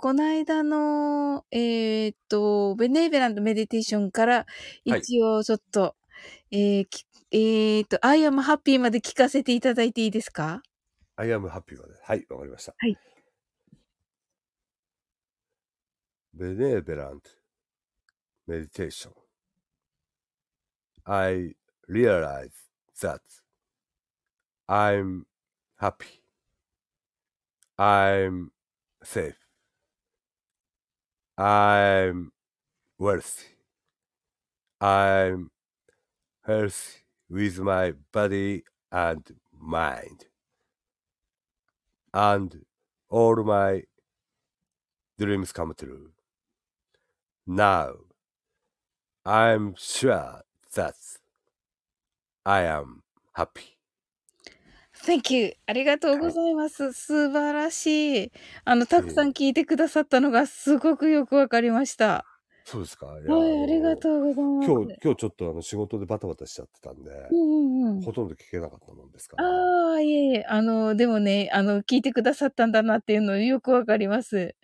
この間の、えーっと、ベネーベランドメディテーションから、はい一応ちょっと、えーきえーっと、I am happy まで聞かせていただいていいですか I am happy まで。はい、わかりました。はい。ベネーベランドメディテーション。I realize that I'm happy. I'm safe. I'm wealthy. I'm healthy with my body and mind. and all my dreams come true. Now, I'm sure that I am happy. Thank you. ありがとうございます。素晴らしい。あの、たくさん聞いてくださったのがすごくよくわかりました。そうですかいやはい、ありがう。とうございます。今日、今日ちょっとあの仕事でバタバタしちゃってたんで、うんうんうん。ほとんど聞けなかったもんですから。ああ、いえいえ、あの、でもね、あの、聞いてくださったんだなっていうのよくわかります。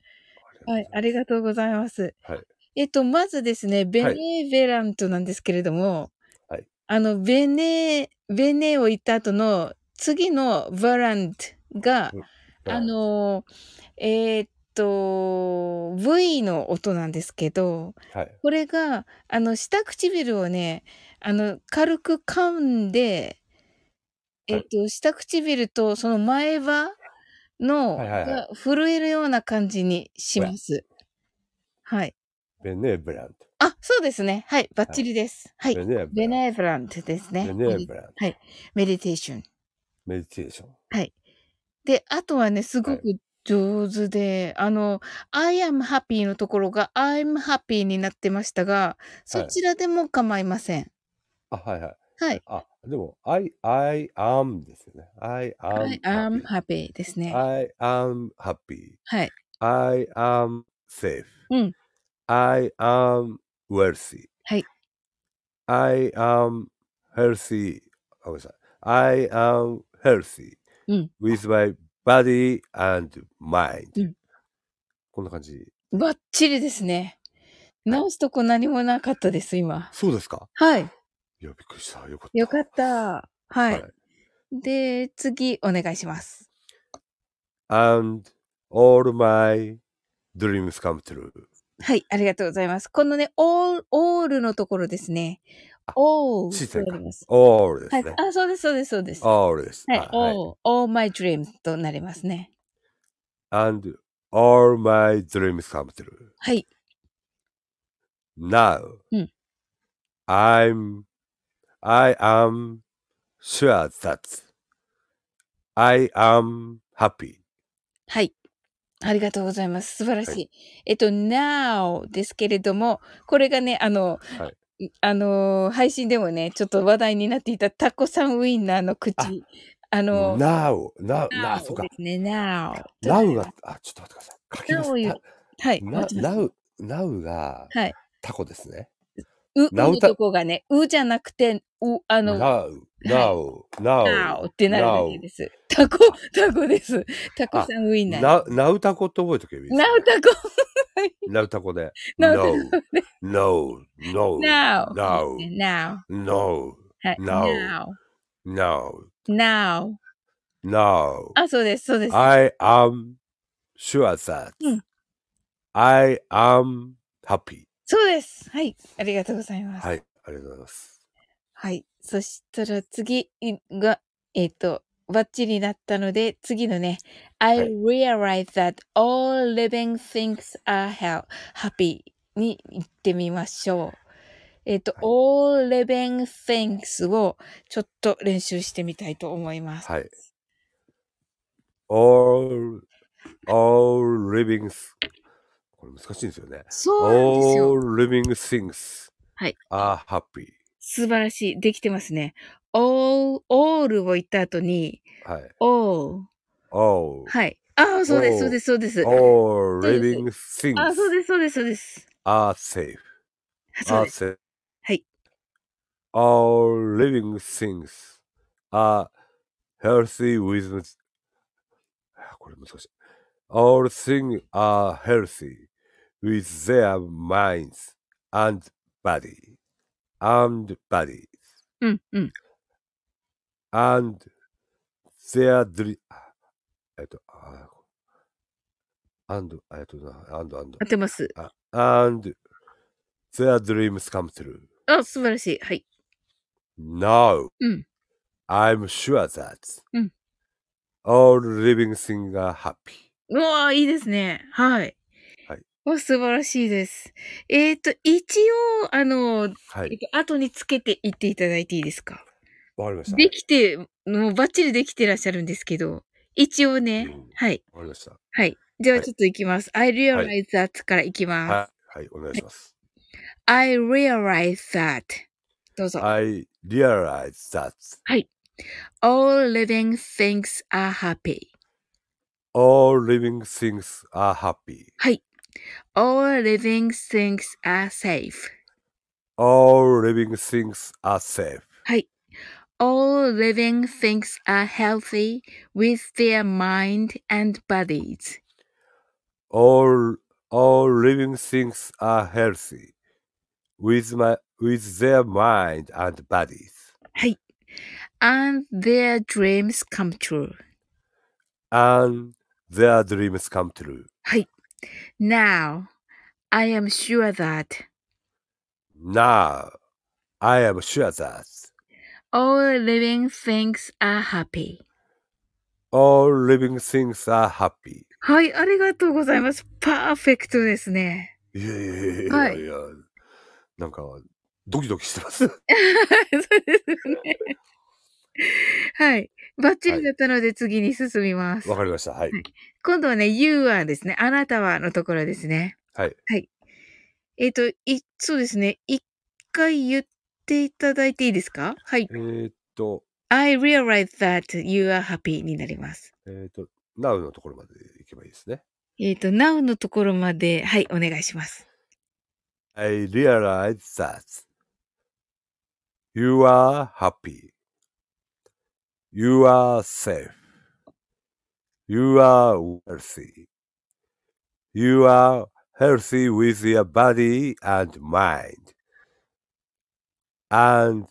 はい、ありとがとうございます。はいえっと、まずですね、ベネベラントなんですけれども、はいあの、ベネ、ベネを言った後の次のバラントが、うあございます。はい、の、えーっと、V の音なんですけど、はい、これが、あの、下唇をね、あの、軽く噛んで、えっと、下唇とその前歯の、はいはいはいが震えるような感じにします。はい。ベネーブラント。あ、そうですね。はい。バッチリです。はい。ベネーブベランネーブラントですト。ね。ベネーブラント。メディテーション。メディテーション。で、あとはね、すごく上手で、あの、I am happy のところが I'm happy になってましたが、そちらでも構いません。あ、はいはい。はい。あ、でも、I, I am ですよね。I am I am happy. happy ですね。 I am happy. はい。 I am safe. うん I am wealthy. はい。 I am healthy. あごめんなさい I am healthy うん with my body and mind.、うんこんな感じ。バッチリですね。直すとこ何もなかったです、今。そうですかはい。いや、びっくりした。よかった。よかった。はい。はいで、次、お願いします。 And all my dreams come true. はい、ありがとうございます。このね、all, all のところですねあ。 all 小さいかとなります。 All ではすいね。。あ、そうです、そうです、そうです。は all です。い。all, all my dreams となりますね。 And all my dreams come true. はい。 Now, うん I'm, I am sure that I am happy. はい。ありがとうございます。素晴らしい。えっと、now ですけれども、これがね、あの、、はいあのー、配信でもね、ちょっと話題になっていたタコさんウインナーの口、ああの、 Now, now, now, now そうかで。すね、now。 now が、あ、ちょっと待ってください。書きます now よはい。な持ちます now, now がはい。タコですね。う、うなのうたとこがね、うじゃなくて、う、あの、 now, now, now, now って なるだけです。タコ、 タコです。タコさんウインナー。 now, now タコって覚えとけばいいですね。 now タコ。 now タコで。な no, no, no, now。 no, now。 no, はい。 now no, now。now. no. あ、そうです、そうです。 I am sure that うん I am happy. そうです。はい。ありがとうございます。はい、ありがとうございます。はい。そしたら次が、えっ、と、バッチリだったので、次のね、I はい realize that all living things are hell- happy に行ってみましょう。えっ、と、はい all living things をちょっと練習してみたいと思います。はい。all, all living, s- これ難しいんですよね。そうなんですよ。 all living things はい are happy. 素晴らしい。できてますね。all, all を言った後に、はい。 all, all, はい。ああ、そうです、 all そうです、そうです。 all そうです living あ、そう things です、そうです、そうです。 are safe. あそう are です。 safe. はい。 all living things are healthy with あこれ難しい All things are healthy with their minds and body and bodies うんうん。 and their dr- えっと、あ and えっとな、and and 合ってます。 and their dreams come true. あ、素晴らしい。はい。 Now, うん。 I'm sure that うん all living things are happy. うわーいいですね。はい。はいわ。素晴らしいです。えっ、と、一応、あの、はえっい、と後につけていっていただいていいですかわかりました。できて、もうバッチリできてらっしゃるんですけど、一応ねうん、はい。わかりました。はい。じゃあはいちょっといきます。I realize that からいきます。はい、はい、お願いします。 I realize that どうぞ。 I realize that All living things are happy. all living things are happy. All living things are safe. All living things are safe. All living things are healthy with their mind and bodies. All all living things are healthy with my with their mind and bodies. And their dreams come true. And their dreams come true. Now, I am sure that Now I am sure that all living things are happy. all living things are happy. はい、ありがとうございます。パーフェクトですね。いやいやいはやいいや、なんかドキドキしてま そす。う ですね。はい。バッチリだったので次に進みます。わかりました。はい。今度はね、you are ですね。あなたはのところですね。はい。はい。えっ、と、い、そうですね。一回言っていただいていいですかはい。えーっと、 I realize that you are happy になります。えーっと、Now のところまで行けばいいですね。えっ、と、now のところまで、はい、お願いします。 I realize that you are happy. You are safe. You are wealthy. You are healthy with your body and mind. And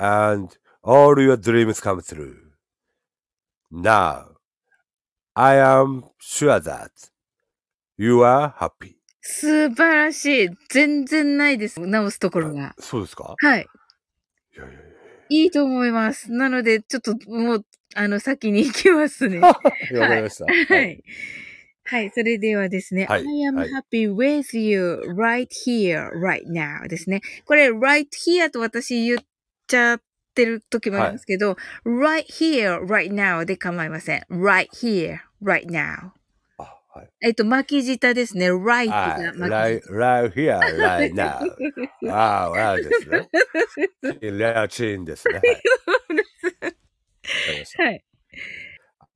and all your dreams come true. Now I am sure that you are happy. 素晴らしい。全然ないです。直すところが。そうですかはい。いやいやいやいいと思います。なので、ちょっともう、あの、先に行きますね。はわかりました。はい。い。はい、それではですね、はい I am はい happy with you right here, right now ですね。これ、right here と私言っちゃってる時もありますけど、right here, right now で構いません。right here, right now。あはいえっと、巻き舌ですね。right あが巻 right, right here, right き now. 舌。ああ、はいですね。レアチーンですね。はい。わかりました。はい。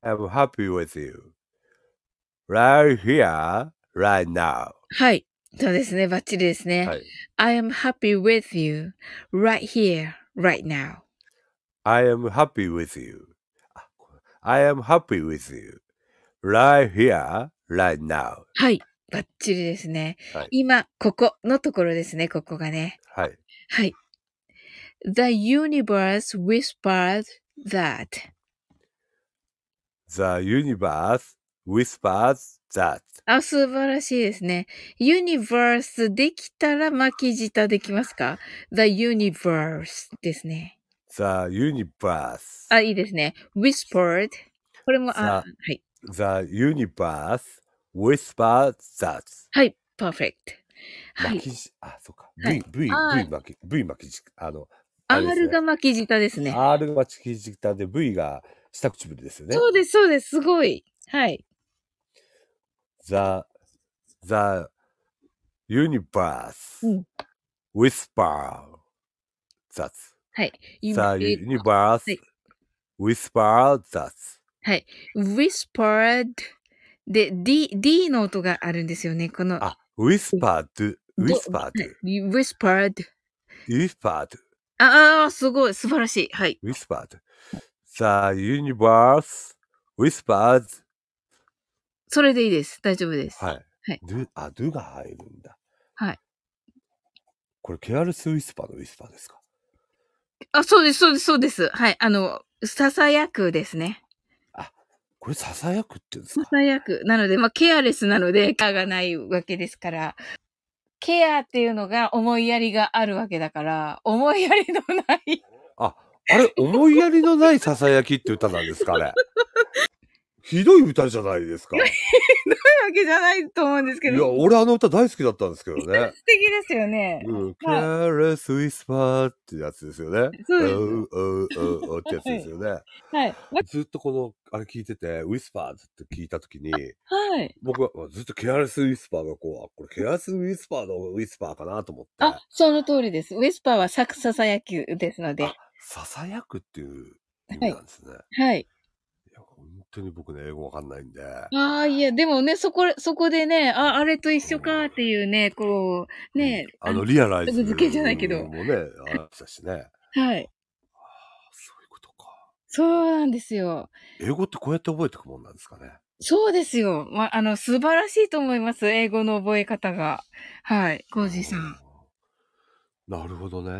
I'm happy with you. Right here, right now. はい。そうですね。バッチリですね。はい。 I am happy with you right here, right now. I am happy with you. あこれ I am happy with you. Right here, right now. はい。バッチリですね。はい今、ここのところですね。ここがね。はい。はい。The universe whispered that. The universe whispers that. あ、素晴らしいですね。universe できたら巻き舌できますか ?the universe ですね。 The universe. あ、いいですね。whispered。これも、あ、はさい。 The universe whispers that. はい。perfect。は巻い。きじ、あ、そうか。は V、い V、V あー巻き、V 巻きじ、あの、あれですね R が巻き舌ですね。 R が巻き舌で V が下唇ですよねそ。うです、そうです。すごい。はい。 The, the universe うん whisper that. はい。 The 今、えー universe い whisper that. はい。whispered で、D、D の音があるんですよね。この、あ、whisper to, ど whisper は to, い whispered。 whisper to, ああー、すごい。素晴らしい。はい。 whisper to. The universe whispers それでいいです。大丈夫です。はい。はいドゥあ、ドゥが入るんだ。はい。これ、ケアルスウィスパーのウィスパーですかあ、そうです、そうです、そうです。はい。あの、ささやくですね。これ、ささやくって言うんですさかさやく。なので、まあ、ケアレスなので、ケアがないわけですから、ケアっていうのが思いやりがあるわけだから、思いやりのない。あ、あれ、思いやりのないささやきって歌なんです かねひどい歌じゃないですか。いわけじゃないと思うんですけや、ど、俺あの歌大好きだったんですけど ね。素敵ですよね。うん、ケアレスウィスパーってやつですよね。そうですううううってやつですよね。はい。ずっとこの、あれ聞いてて、ウィスパーズって聞いたときに、はい。僕はずっとケアレスウィスパーがこう、あこれケアレスウィスパーのウィスパーかなと思って、あ、その通りです。ウェスパーはさささやきですのであ。ささやくっていう意味なんですね。い、はい。や、本当に僕ね、英語わかんないんで、ああ、いや、でもね、そこ、そこでね、あ、あれと一緒かっていうね、こう、ね、あの、リアライズすぐ付けじゃないけどもね、あったしね。はい。あそういうことか。そうなんですよ。英語ってこうやって覚えていくもんなんですかね。そうですよ。まあ、あの、素晴らしいと思います。英語の覚え方が。はい。コージーさん。うん。なるほどね。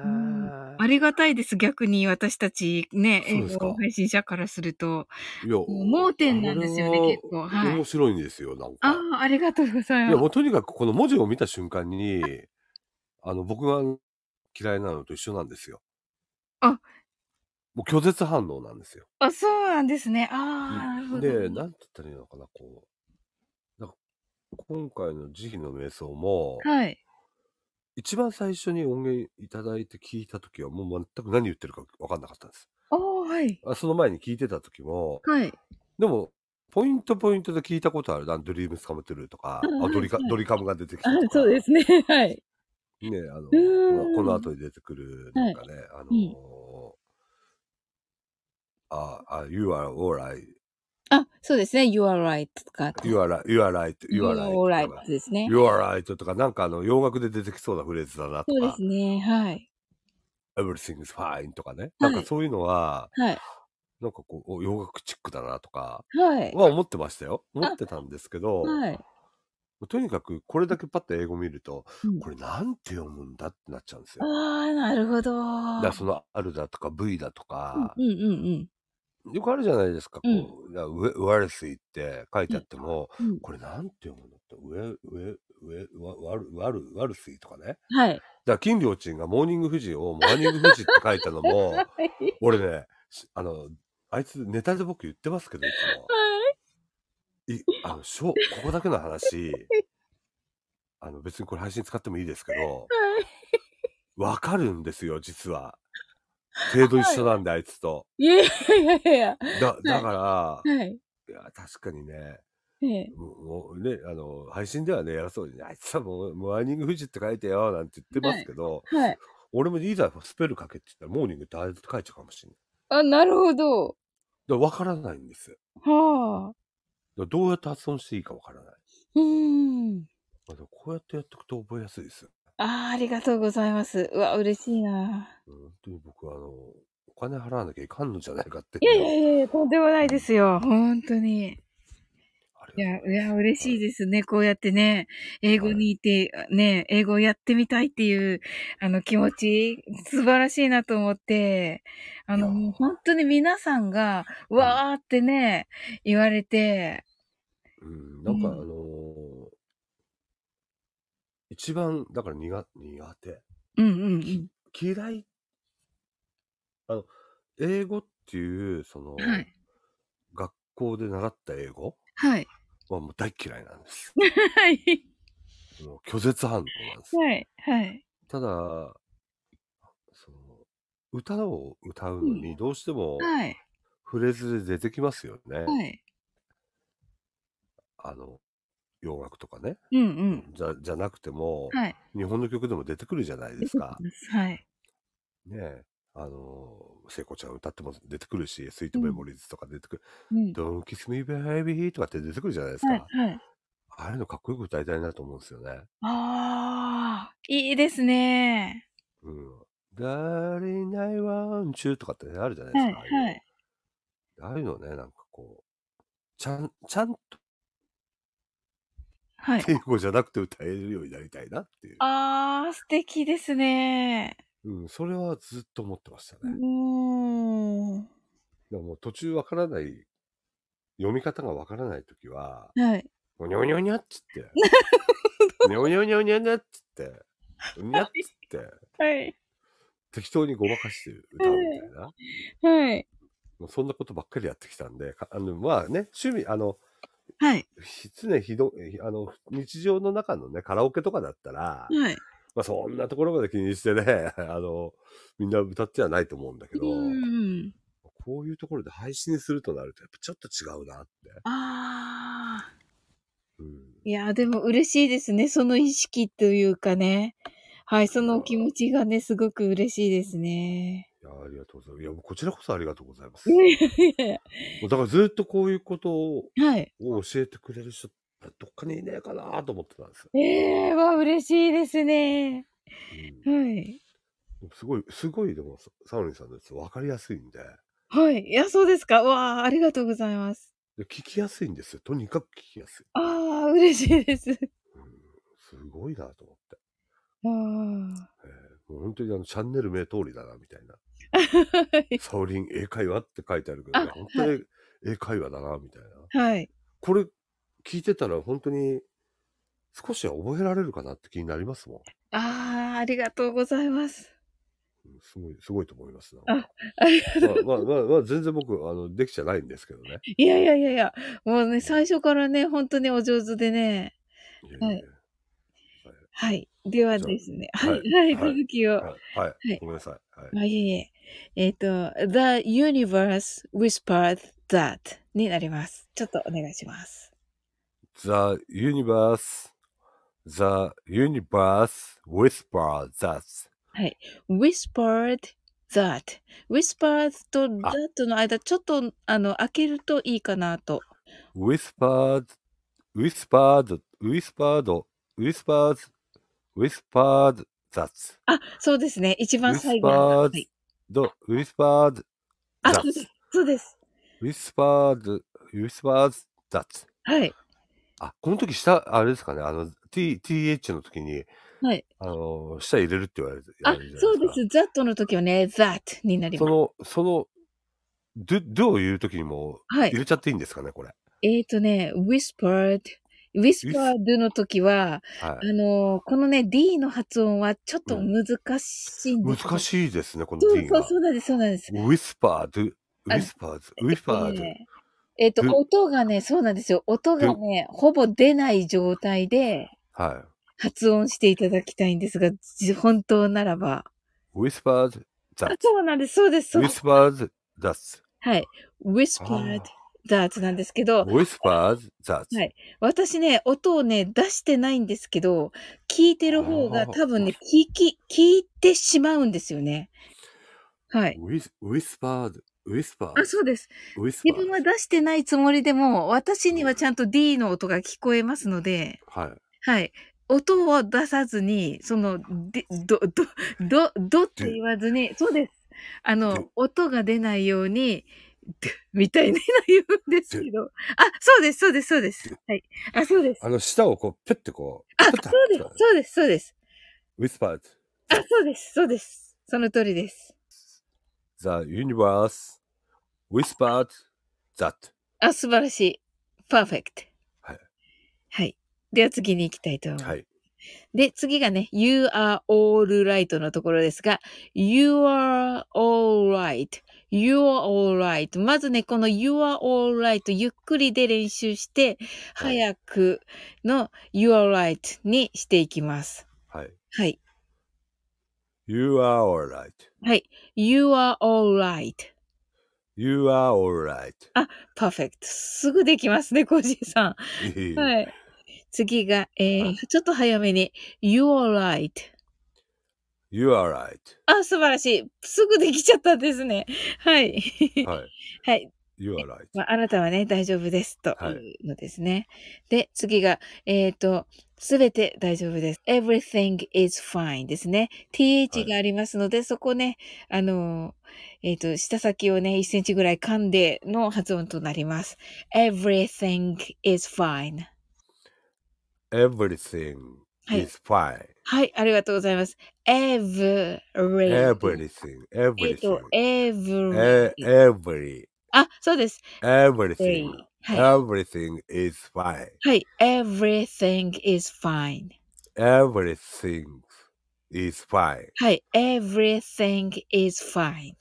んありがたいです。逆に私たちね、そう英ですか語配信者からすると。いや、盲点なんですよねあれは結構はい面白いんですよ、なんか。ああ、ありがとうございいや、まもうとにかくこの文字を見た瞬間に、あの、僕が嫌いなのと一緒なんですよ。あもう拒絶反応なんですよ。す。あ、そうなんですね。ああ、なるほど。で、なんて言ったらいいのかな、こう。なんか今回の慈悲の瞑想も、はい。一番最初に音源いただいて聞いた時はもう全く何言ってるか分かんなかったんです。ああ、はい。あその前に聞いてた時も、はい。でも、ポイントポイントで聞いたことあるな、ドリームスカムトゥルーとか、うんあドリカはいドリカムが出てきたあとか、 そうですね。はい。ね、あの、こーんのこの後に出てくる、なんかね、あのーあ、あ、you are alright, あ、そうですね。You are right とか。 you are, you are right, you You are are right, と right かですね。 you are right とか、なんかあの、洋楽で出てきそうなフレーズだなとそうでかす、ね。はい。 everything is fine とかね、はいなんかそういうのは、はい。なんかこう、お洋楽チックだなとか、はい。は思ってましたよ。思ってたんですけど、はい。とにかくこれだけパッと英語見ると、うんこれなんて読むんだってなっちゃうんですよ。ああ、なるほど。だからその、あるだとか、V だとか、うんうんうんよくあるじゃないですか、こうんう、なウェワルスイって書いてあっても、うん。これなんて読むのって、ウェ、ウェ、ウェ、ワワル、ワル、ワルスイとかね。だかうんはい。ら、金良鎮がモーニング富士をモーニング富士って書いたのも、 俺ね、しあの、あいつネタで僕言ってますけど、いつも。い、あの、しょう、ここだけの話、あの、別にこれ配信使ってもいいですけど、わかるんですよ、実は。程度一緒なんで、あいつと。いやいやいやいや。だ、だから、はい。いや、確かにね、ねもうもうね、あの、配信ではね、偉そうに、あいつはもう、モーニング富士って書いてよ、なんて言ってますけど、えはい。俺もいざスペル書けって言ったら、モーニングってあれって書いちゃうかもしれない。あ、なるほど。だから分からないんですよ。はあ。だからどうやって発音していいか分からない。うーん。あのこうやってやっていくと覚えやすいですよ。ああ、ありがとうございます。うわ、嬉しいな。うん本当に僕は、あの、お金払わなきゃいかんのじゃないかって。いやいやいやいや、とんでもないですよ。本当に。あいれや、いや、嬉しいですね。こうやってね、英語にいて、ね、英語をやってみたいっていう、あの気持ち、素晴らしいなと思って、あの、いやもう本当に皆さんが、わーってね、言われて、うん、なんか、うんあのー一番、だから苦、苦手。うんうん嫌いあの英語っていうその、うん。はい。学校で習った英語はい。はもう大嫌いなんですはい。もう拒絶反応なんですはい。はい。ただその歌を歌うのうにどうしてもはい。フレーズで出てきますよね、はい。あの洋楽とかねうんうん。じゃじゃなくても、はい。日本の曲でも出てくるじゃないですかはい。ねえあの聖子ちゃん歌っても出てくるしスイートメモリーズとか出てくる、うん。 Don't kiss me baby とかって出てくるじゃないですか、はい。はい。ああいうのかっこよく歌いたいなと思うんですよね。ああ、いいですね。うん。Darling, I want you とかってね、あるじゃないはい。ですか。はい。ああいうのああいうのね、なんかこう、ちゃん、ちゃんとはい。天語じゃなくて歌えるようになりたいなっていう。あー、素敵ですね。うん、それはずっと思ってましたうね。ーん。でももう途中わからない、読み方がわからないとき は、はい。おにょおにょおにゃっつって。 にょおにょおにょおにゃおにゃっつって。うにゃっつって。はい。適当にごまかして歌うみたいな。はい。もうそんなことばっかりやってきたんで、かあのまあね、趣味、あの、はい。ひ常日ど、えあの、日常の中のね、カラオケとかだったら、はい。まあそんなところまで気にしてね、 あの、みんな歌ってはないと思うんだけど、うん。こういうところで配信するとなると、やっぱちょっと違うなって。あー。うん。いやー、でも嬉しいですね。その意識というかね。はい。そのお気持ちがね、すごく嬉しいですね。いや、ありがとうございます。いや、こちらこそありがとうございます。いもやいやいうだからずっとこういうことをやはい。教えてくれる人、どっかにいねえかなと思ってたんですよ。ええー、わ、嬉しいですね。はい。うん、すごい、すごい、でも、サウリンさんのやつ分かりやすいんではい。いや、そうですか。わあ、ありがとうございます。で、聞きやすいんですよ。とにかく聞きやすい。ああ、嬉しいです。うん、すごいなと思って。 ああ。えーもう本当にあのチャンネル名通りだなみたいな。サウリン英会話って書いてあるけど、あいや本当に英会話だなみたいな。はい。これ聞いてたら本当に少しは覚えられるかなって気になりますもああ、ありがとうございます。ん。うんすごい、すごいと思いますな。あありがとうまあまあまあ、まあ、全然僕、あの、できてないんですけどね。いやいやいやいや、もうね、最初からね、本当にお上手でね。いえいえはいはい。ではじゃあですね。ははいい。はい。はい続きを。はいはいい。ごめんなさい。はい。あ、いえいえ。えっ、と、The Universe Whispered That になります。ちょっとお願いします。 The universe, the universe whisper that. Whispered That。Whispered と That あの間、ちょっと、あの、開けるといいかなと。 Whispered, whispered, whispered, whispered, whispered that. あ、そうですね。一番最後。 Whispered はい、 The whispered あ、 that. そうです。そうです。 Whispered, whispered that. はい。あ、この時下、あれですかね、あの、T、th の時に、はい。あの、下入れるって言われる。あやる、じゃそなういでかす。That の時はね、That になりそます。の、その、ど、どういう時にもはい入。れちゃっていいんですかね、これ。えっ、とね、Whispered。Whispered の時は、はあい。のーこのね、D の発音はちょっと難しいんです、難い。しいですね、このそう D そう、がそ。うなんです、そうなんです。 whispered, あ whispered, whispered. えーえっと、ど音がね、そうなんですよ。音がね、ほぼ出ない状態ではい。発音していただきたいんですが、じ本当ならば。 whispered あ that. そうなんです、そうです、そうです。 whispered that. はい。whispered that なんですけど、 whispered that. はい私ね、音をね、出してないんですけど、聞いてる方があー多分ね、聞き、聞いてしまうんですよね。はい。 Whis- whispered, whispered, あ、そうです。自分は whispered. 出してないつもりでも、私にはちゃんと D の音が聞こえますので、はい。はい。音を出さずに、その、でど、ど、ど、どって言わずに、そうです。あので、音が出ないように、でみたいに言うんですけど。あ、そうです、そうです、そうです。はい。あ、そうです。あの、舌をこう、ぴゅってこう、あ、ピュッてそうです、そうです、そうです。 whispered. あ、そうです、そうです。その通りです。 The universe whispered that. あ、素晴らしい。パーフェクト。はい。はい。では次に行きたいと思います。はい。で、次がね、you are all right のところですが、you are all right.you are all right. まずね、この you are all right ゆっくりで練習して、はい早くの you are right にしていきます。はい。はい。 You are alright. はい。you are all right. You are alright. パーフェクト。すぐできますね、コージーさん。はい。はい。次が、えはー、いちょっと早めに、you are right. You are right. あ、素晴らしい。すぐできちゃったんですね。はい。はい。はい。 You are right. まあ、あなたはね、大丈夫です。とはいいうのですね。で、次が、えっ、と、すべて大丈夫です。everything is fine ですね。は th いがありますので、そこね、あのー、えっ、と、舌先をね、1センチぐらい噛んでの発音となります。everything is fine. everything はい is fine. はい、ありがとうございます。every, Everything, えっ everything. と、every, E- Every, あ、そうです。 everything, はい、 everything is fine. はい、everything is fine. Everything is fine. はい、everything is fine.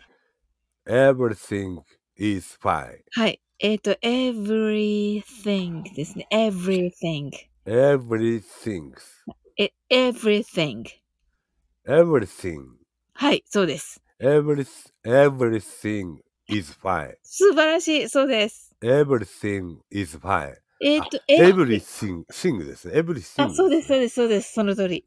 Everything is fine. はい、えっ、と、everything ですね。everything. Everything, え、everything. everything, はい、そうです。 every, everything is fine. 素晴らしい、そうです。 Everything is fine. えっ、と、 Everything, sing ですね。Everything. あ、そうです、そうです、そうです、その通り。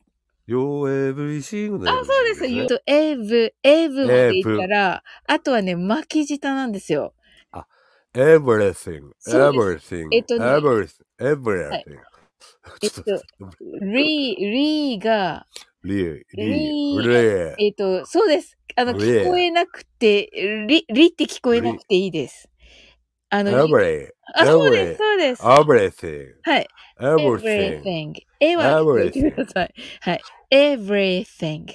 Your everything のあ、そうです。言うね。と、エブ、エブまで言ったエら、あとはね、巻き舌なんですよ。 Everything, そうで everything, えっとね everything, はい everything. えっちとょっと、リー、リーが、リー、リリーー、レー。えっ、と、そうです。あの、ね聞こえなくて、リ、リって聞こえなくていいです。あの、リ Every, あ、そうです、そうです。は everything, い。 everything, everything。えは、言ってください。はい。everything。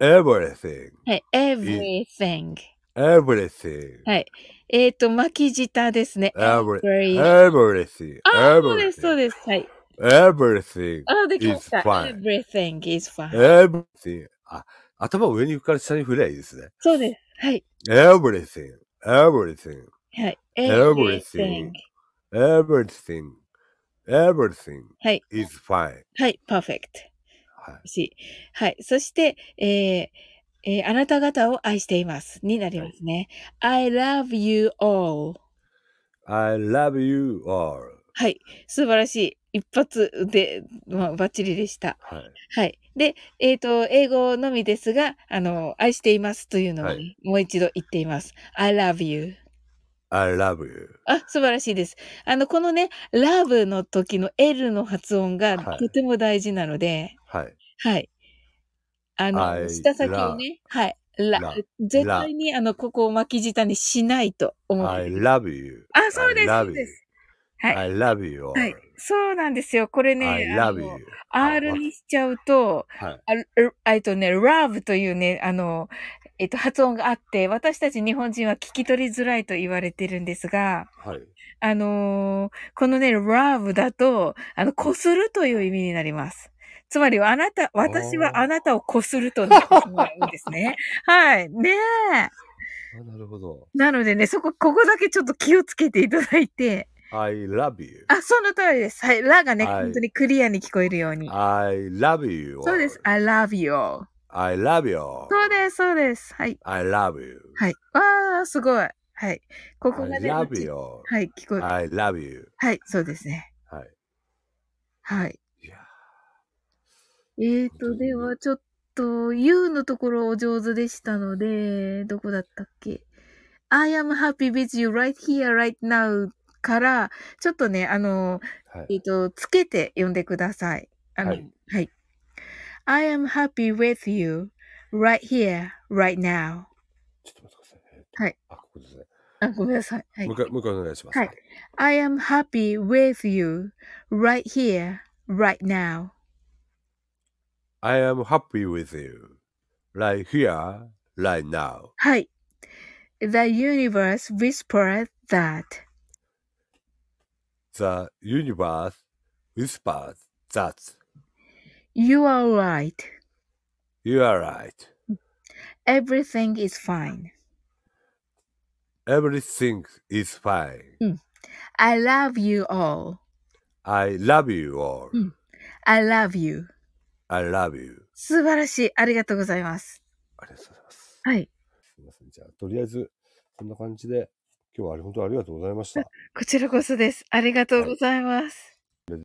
everything, はい。everything。 everything, はい。えっ、と、巻き舌ですね。 Every- every。Ah, everything, あ、そうです、そう everything, です。はい。 everything, あ、できました。 is fine. Everything is fine. everything. ah, あ、頭を上にから下に振りゃいいですね。そうです。はい。 everything, everything, はい。 Everything. Everything. everything, everything はい。 is fine. はい。perfect. はいしはい。そして、えーえーあなた方を愛しています。になりますね。I love you all. I love you all. はい。素晴らしい。一発で、まあ、バッチリでした。はい。はい。で、えっ、と、英語のみですが、あの、愛していますというのをね、はいもう一度言っています。I love you. I love you. あ、素晴らしいです。あの、このね、ラブの時の L の発音がはいとても大事なので、はい。はい。あの、 I 舌先をね、はい。ラ love 絶対に、あの、ここを巻き舌にしないと思っ I てる。 love you. あ、そうです、 I そう love you. です。はい。 I love you all. はいそうなんですよ。これね、 I あ love の you. R にしちゃうと、はい。あるえっとね、love というね、あの、えっと、発音があって、私たち日本人は聞き取りづらいと言われてるんですが、はい。あのーこのね、love だと、あの、こするという意味になります。つまり、あなた、私はあなたをこするとなってしまうんです ね。はい。ねえ。あなるほど。なのでね、そこ、ここだけちょっと気をつけていただいて。 I love you. あ、その通りです。はい。ラがね、はい本当にクリアに聞こえるように。 I love you. all. そうです。I love you all. I love you. all. そうです、そうです。はい。 I love you. はい。わあ、すごい。はい。ここ I がね、 love you. all. はい、聞こえる。 I love you. はい、そうですね。はい。はい。いやえー本当と、にでは、ちょっと、U のところお上手でしたので、どこだったっけ ?I am happy with you right here, right now から、ちょっとね、あの、ーはえい。っと、つけて読んでください。あの、ははいい、 I am happy with you right here, right now. ちょっと待ってください。えーとはい。あ、ここですね。あ、ごめんなさい。はいもう一。回、もう一回お願いします。はい I am happy with you right here, right now. I am happy with you. Right here, right now. はい。The universe whispered that. The universe whispers that You are right. you are right. Everything is fine. Everything is fine. I love you all. I love you all. Mm. I love you. I love you. 素晴らしい。ありがとうございます。ありがとうございます。はい。すみません。じゃあ、とりあえず、こんな感じで、今日はあれ本当にありがとうございました。こちらこそです。ありがとうございます。